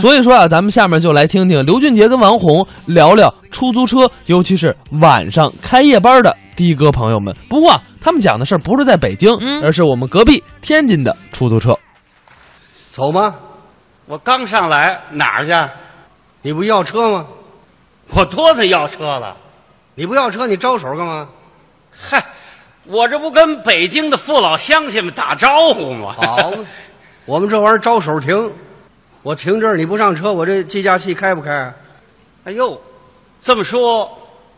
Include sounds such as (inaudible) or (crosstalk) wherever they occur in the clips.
所以说啊，咱们下面就来听听刘俊杰跟王红聊聊出租车，尤其是晚上开夜班的的哥朋友们。不过啊、他们讲的事儿不是在北京，嗯而是我们隔壁天津的出租车。走吗？我刚上来哪儿去？你不要车吗？我多次要车了。你不要车，你招手干嘛？嗨，我这不跟北京的父老乡亲们打招呼吗？好嘛， (laughs) 我们这玩意儿招手停，我停这儿你不上车，我这计价器开不开啊？ (laughs) 哎呦，这么说，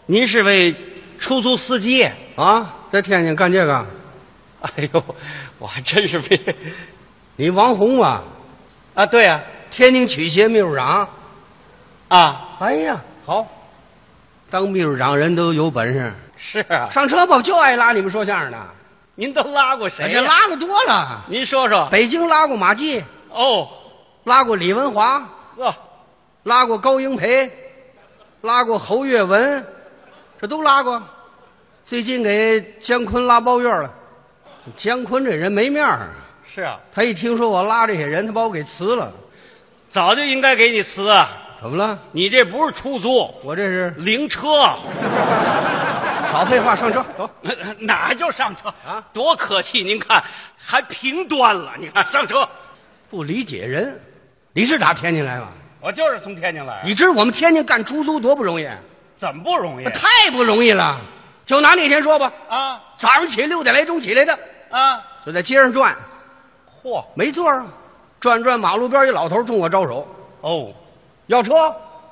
您是位出租司机？啊，在天津干这个？哎呦，我还真是没你王红吧？啊！对呀、天津曲协秘书长。啊，哎呀，好，当秘书长人都有本事。是啊，上车吧，我就爱拉你们说相声的。您都啊拉过哎谁、这？拉的多了，您说说。北京拉过马季，哦，拉过李文华，呵，拉过高英培，拉过侯月文，这都拉过。最近给姜昆拉包月了。姜昆这人没面儿，是啊，他一听说我拉这些人，他把我给辞了。早就应该给你辞啊！怎么了？你这不是出租，我这是灵车。少废话，上车走。 (laughs) 哪儿就上车啊？多可气！您看，还平端了。你看上车，不理解人，你是打天津来吗？我就是从天津来，你知道我们天津干出租多不容易？啊怎么不容易太不容易了。就拿那天说吧，啊早上起六点来钟起来的，啊！就在街上转，嚯没座儿啊，转转马路边一老头冲我招手，哦，要车。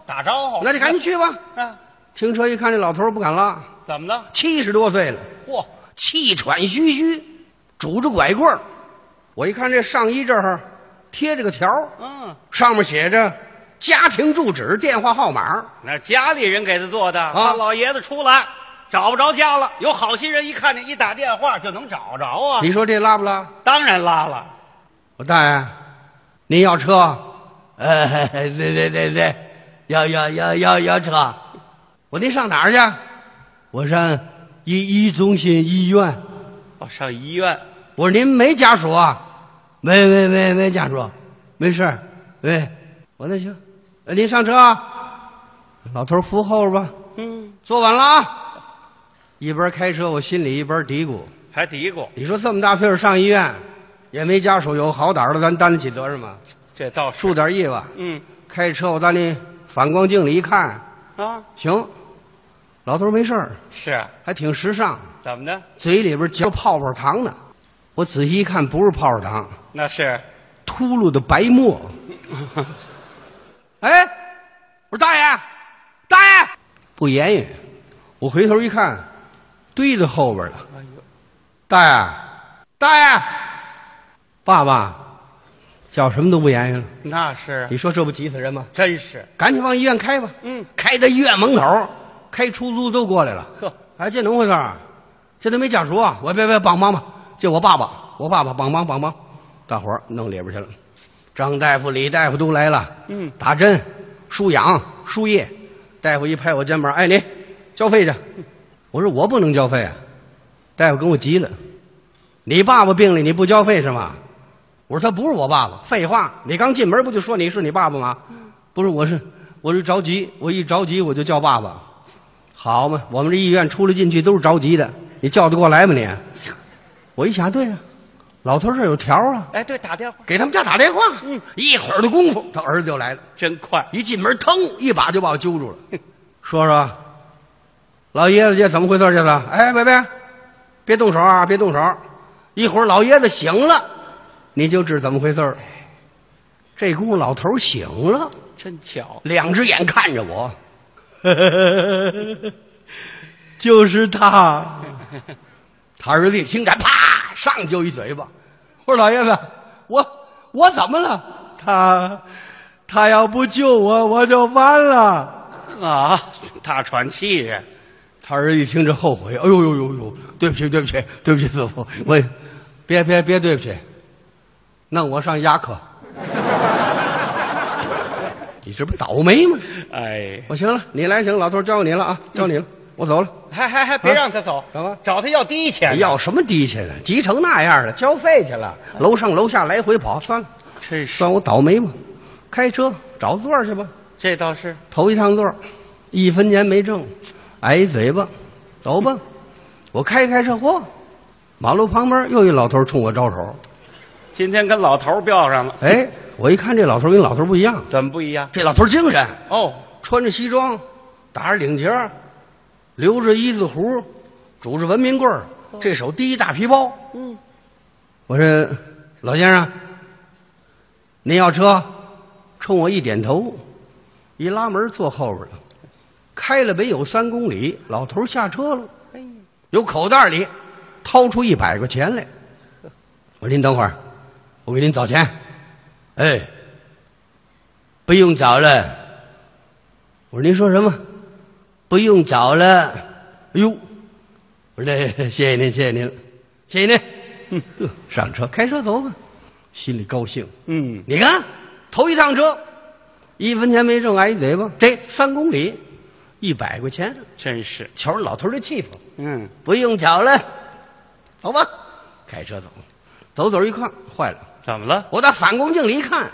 打招呼那就赶紧去吧。啊！停车一看，这老头儿不敢拉，怎么了？七十多岁了，嚯，气喘吁吁，拄着拐棍儿。我一看这上衣这儿贴着个条儿嗯，上面写着家庭住址、电话号码。那家里人给他做的。他老爷子出来找不着家了，有好心人一看见，一打电话就能找着啊。你说这拉不拉？当然拉了，我大爷，您要车？呃，对对对对，要要要要要车。我您上哪儿去？我上一一中心医院。我上医院。我说您没家属啊？没没没没家属，没事儿没。我那行，呃您上车啊。老头儿扶后边吧，嗯，坐稳了啊。一边开车，我心里一边嘀咕：还嘀咕，你说这么大岁数上医院，也没家属，有好歹儿的，咱担得起责任吗？这倒是。树点意吧。嗯开车，我到那反光镜里一看，啊，行，老头儿没事儿，是啊还挺时尚，怎么的？嘴里边嚼泡泡糖呢。我仔细一看，不是泡泡糖，那是秃噜的白沫。 (laughs) 哎，我说大爷，大爷，不言语。我回头一看，堆在后边了。大爷，哎大爷，爸爸，叫什么都不言语了。那是，你说这不急死人吗？真是。赶紧往医院开吧。嗯，开到医院门口，开出租都过来了。呵，哎，这怎么回事儿？这都没家属啊！我别别帮帮吧，这我爸爸，我爸爸帮帮帮帮，大伙儿弄里边去了。张大夫、李大夫都来了，嗯，打针、输氧、输液。大夫一拍我肩膀，哎，你交费去。我说我不能交费啊。大夫跟我急了，你爸爸病了你不交费是吗？我说他不是我爸爸，废话，你刚进门不就说你是你爸爸吗？不是，我是我是着急，我一着急我就叫爸爸。好嘛，我们这医院出来进去都是着急的，你叫得过来吗你？我一想，对啊，老头儿这有条儿啊，哎，对，打电话给他们家打电话。嗯，一会儿的功夫，他儿子就来了，真快。一进门腾一把就把我揪住了，说说，老爷子这怎么回事？这是？哎，别别，别动手啊，别动手！一会儿老爷子醒了，你就知怎么回事了。这功夫老头儿醒了。真巧，两只眼看着我， (laughs) 就是他。 (laughs) 他儿子一听，赶啪上就一嘴巴。我说老爷子，我我怎么了？他他要不救我，我就完了。啊，大喘气呀！他儿子一听这后悔，哎呦呦呦呦，对不起对不起对不起师傅，我别别别对不起，弄我上牙 (laughs) 科。你这不倒霉吗？哎，我行了，你来行，老头儿交给你了啊，交你了，我走了。还还还别啊让他走，干嘛找他要第一钱？，要什么低下的？急成那样了，交费去了，楼上楼下来回跑，算了，真是算我倒霉嘛。开车找座儿去吧。这倒是，头一趟座儿，一分钱没挣，挨一嘴巴，走吧。我开一开车，嚯，马路旁边又一老头冲我招手，今天跟老头儿飙上了，哎，我一看这老头跟老头不一样，怎么不一样？这老头精神，哦，穿着西装，打着领结儿，留着一字胡，拄着文明棍儿，这手提一大皮包。嗯，我说老先生，您要车？冲我一点头，一拉门坐后边了，开了没有三公里，老头下车了，由口袋里掏出一百块钱来。我说您等会儿，我给您找钱。哎，不用找了。我说您说什么？不用找了。哎呦，我说那谢谢您，谢谢您了，谢谢您。嗯，呵上车，开车走吧，心里高兴。嗯，你看，头一趟车，一分钱没挣，挨一嘴巴。这三公里，一百块钱，真是，瞧人老头儿这气魄。嗯，不用找了，走吧，开车走。走走一看，坏了，怎么了？我打反光镜里一看，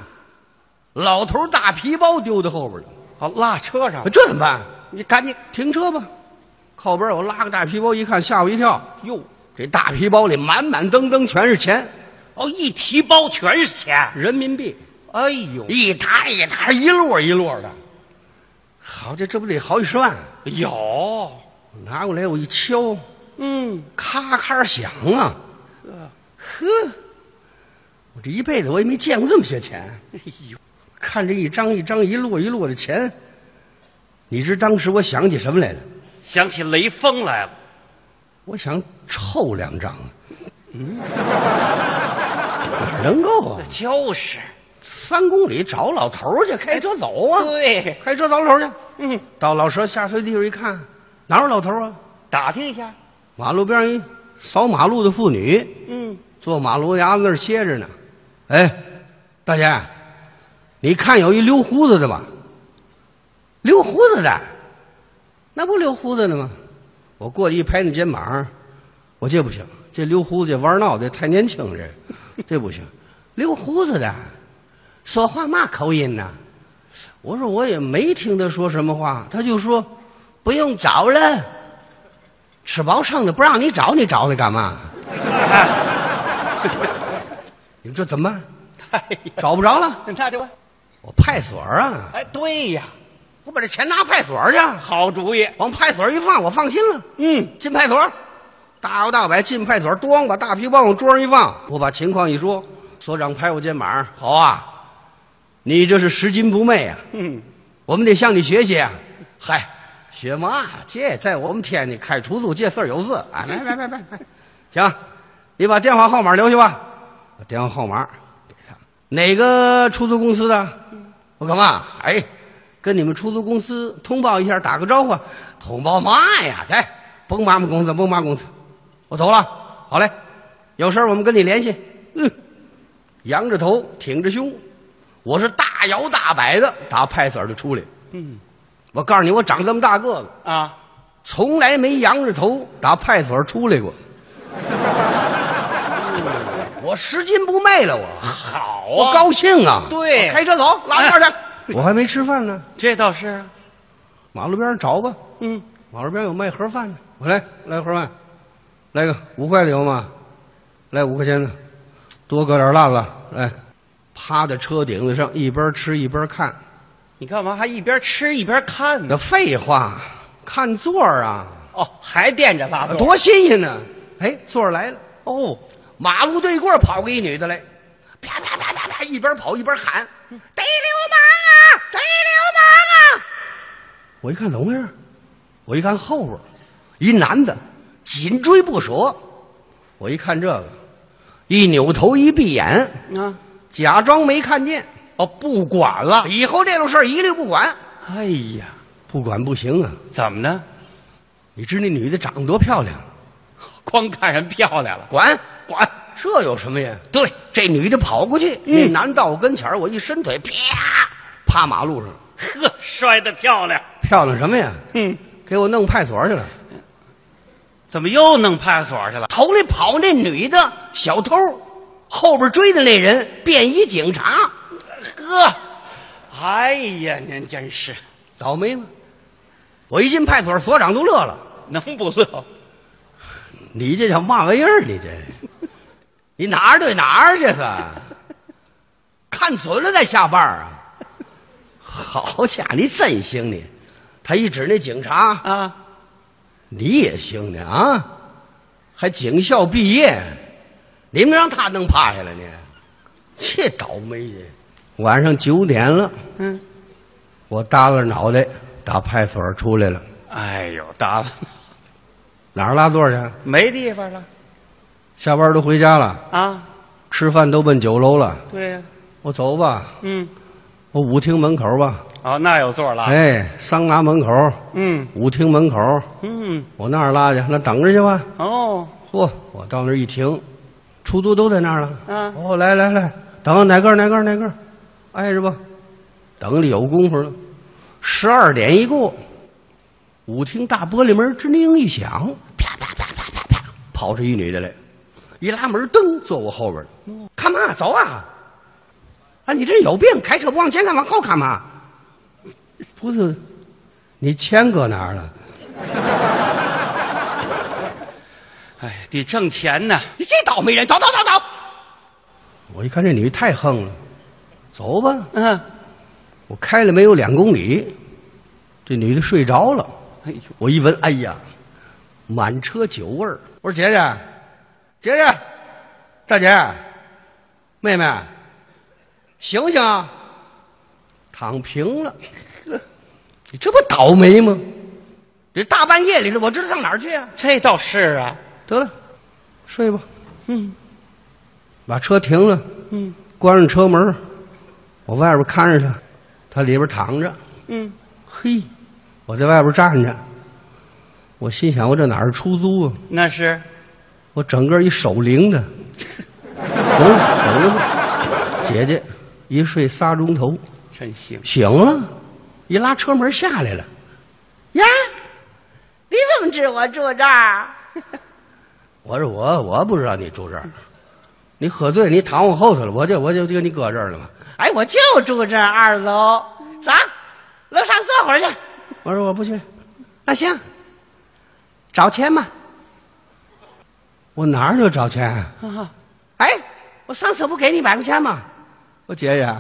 老头儿大皮包丢在后边了，好，哦落车上我了，这怎么办？你赶紧，停车吧。靠边儿我拉个大皮包，一看吓我一跳，哟，这大皮包里满满登登全是钱，哦，一提包全是钱，人民币，哎呦，一沓一沓，一摞一摞的。好，这这不得好几十万？啊有，拿过来我一敲，嗯，咔咔响啊！呵，我这一辈子我也没见过这么些钱。哎呦，看这一张一张一摞一摞的钱，你知当时我想起什么来了？想起雷锋来了，我想臭两张啊！嗯，哪能够啊？就是，三公里找老头儿去，开车走啊！对，开车找老头儿去。嗯，到老车下车地方一看，哪有老头儿啊？打听一下，马路边上一扫马路的妇女，嗯，坐马路牙子那儿歇着呢。哎，大姐，你看有一留胡子的吧？留胡子的，那不留胡子的吗？我过去一拍那肩膀，我这不行，这留胡子这玩闹的太年轻了，这这不行。留胡子的，说话嘛口音呐？我说我也没听他说什么话，他就说不用找了，吃饱撑的不让你找，你找他干嘛？你说这怎么办？哎呀，找不着了，那就，我派出所啊，哎，对呀，我把这钱拿派出所去，好主意，往派出所一放，我放心了。嗯，进派出所，大摇大摆进派出所，咣把大皮包往桌上一放，我把情况一说，所长拍我肩膀，好啊，你这是拾金不昧啊，嗯，我们得向你学习啊。嗨，学嘛，这在我们天津开出租这事儿有字啊，来来来来来，行，你把电话号码留下吧，把电话号码给他，哪个出租公司的？我干嘛？哎，跟你们出租公司通报一下，打个招呼。通报嘛呀？哎，甭麻烦公司，甭麻烦公司，我走了。好嘞，有事儿我们跟你联系。嗯，扬着头，挺着胸，我是大摇大摆的打派出所就出来。嗯，我告诉你，我长这么大个子，啊，从来没扬着头打派出所出来过。嗯我拾金不昧了，我好我啊，高兴啊！对哎我开车走，拉那儿去。我还没吃饭呢，这倒是啊，马路边上找吧。嗯，马路边有卖盒饭的，我来来盒饭，来个五块的有吗？来五块钱的，多搁点辣子来。趴在车顶子上，一边吃一边看。你干嘛还一边吃一边看呢？那废话，看座儿啊，哦，还惦着拉多新鲜呢！哎，座儿来了，哦，马路对过儿跑过一女的来，啪啪啪啪啪，一边跑一边喊：“逮流氓啊！逮流氓啊！”我一看怎么回事儿，我一看后边儿一男的紧追不舍，我一看这个，一扭头一闭眼，啊，假装没看见，哦，不管了。以后这种事儿一律不管，哎呀，不管不行啊！怎么呢？你知那女的长得多漂亮，啊光看人漂亮了，管管这有什么呀？对，这女的跑过去，那男到我跟前儿我一伸腿，啪，趴马路上了。呵，摔得漂亮。漂亮什么呀？嗯，给我弄派出所去了。怎么又弄派出所去了？头里跑那女的小偷，后边追的那人便衣警察。呵，哎呀，您真是倒霉吗？我一进派出所，所长都乐了。能不乐？你这叫嘛玩意儿？你这，你哪儿对哪儿？这个，看准了再下绊儿啊！好家伙，你真行你！他一指那警察，啊？你也行呢啊，还警校毕业，你们让他弄趴下了呢，这倒霉的！晚上九点了，嗯，我耷拉着脑袋打派出所出来了，哎呦，打了，哪儿拉座去？没地方了下班都回家了，啊？吃饭都奔酒楼了。对呀、我走吧，嗯，我舞厅门口吧，哦，那有座了。哎，桑拿门口，嗯舞厅门口，嗯，我那儿拉去，那等着去吧。哦，嚯，我到那儿一停，出租都在那儿了。啊，哦，来来来，等哪个儿哪个儿哪个儿，挨着吧，等的有功夫了。十二点一过，舞厅大玻璃门吱铃一响，啪啪啪啪啪啪，跑出一女的来，一拉门，噔，坐我后边了。干嘛？走啊！啊，你这有病！开车不往前看，往后看嘛？不是，你钱搁哪儿了？哎，得挣钱呢。你这倒霉人，走走走走！我一看这女的太横了，走吧。嗯、我开了没有两公里，这女的睡着了。哎呦，我一闻，哎呀，满车酒味儿。我说姐姐，姐姐，大姐，妹妹，醒醒啊！躺平了，你这不倒霉吗？这大半夜里的，我知道上哪儿去啊？这倒是啊。得了，睡吧，嗯把车停了，嗯关上车门，我外边看着她，她里边躺着。嗯，嘿，我在外边站着，我心想我这哪儿是出租啊？那是我整个一守灵的，嗯，整个姐姐一睡仨钟头真行。醒了，一拉车门下来了，呀，你怎么知我住这啊儿？我说我我不知道你住这儿，你喝醉你躺我后头了，我就我就就给你搁这儿了嘛。哎，我就住这儿二楼，走，楼上坐会儿去。我说我不去，那行，找钱吧。我哪儿有找钱、啊？哎，我上次不给你百块钱吗？我姐姐，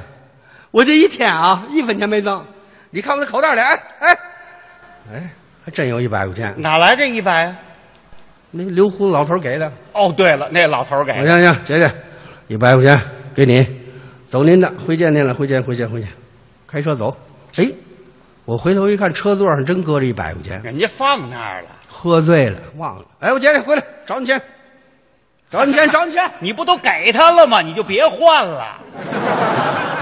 我这一天啊，一分钱没挣。你看我的口袋里，哎哎哎，还真有一百块钱。哪来这一百啊？那刘胡子老头给的。哦，对了，那老头儿给我想想，姐姐，一百块钱给你，走您的，回见您了，回见，回见，回见。开车走。哎，我回头一看，车座上真搁着一百块钱，人家放那儿了。喝醉了忘了。哎，我姐姐回来找你钱，找你钱，找你钱。你不都给他了吗？你就别换了。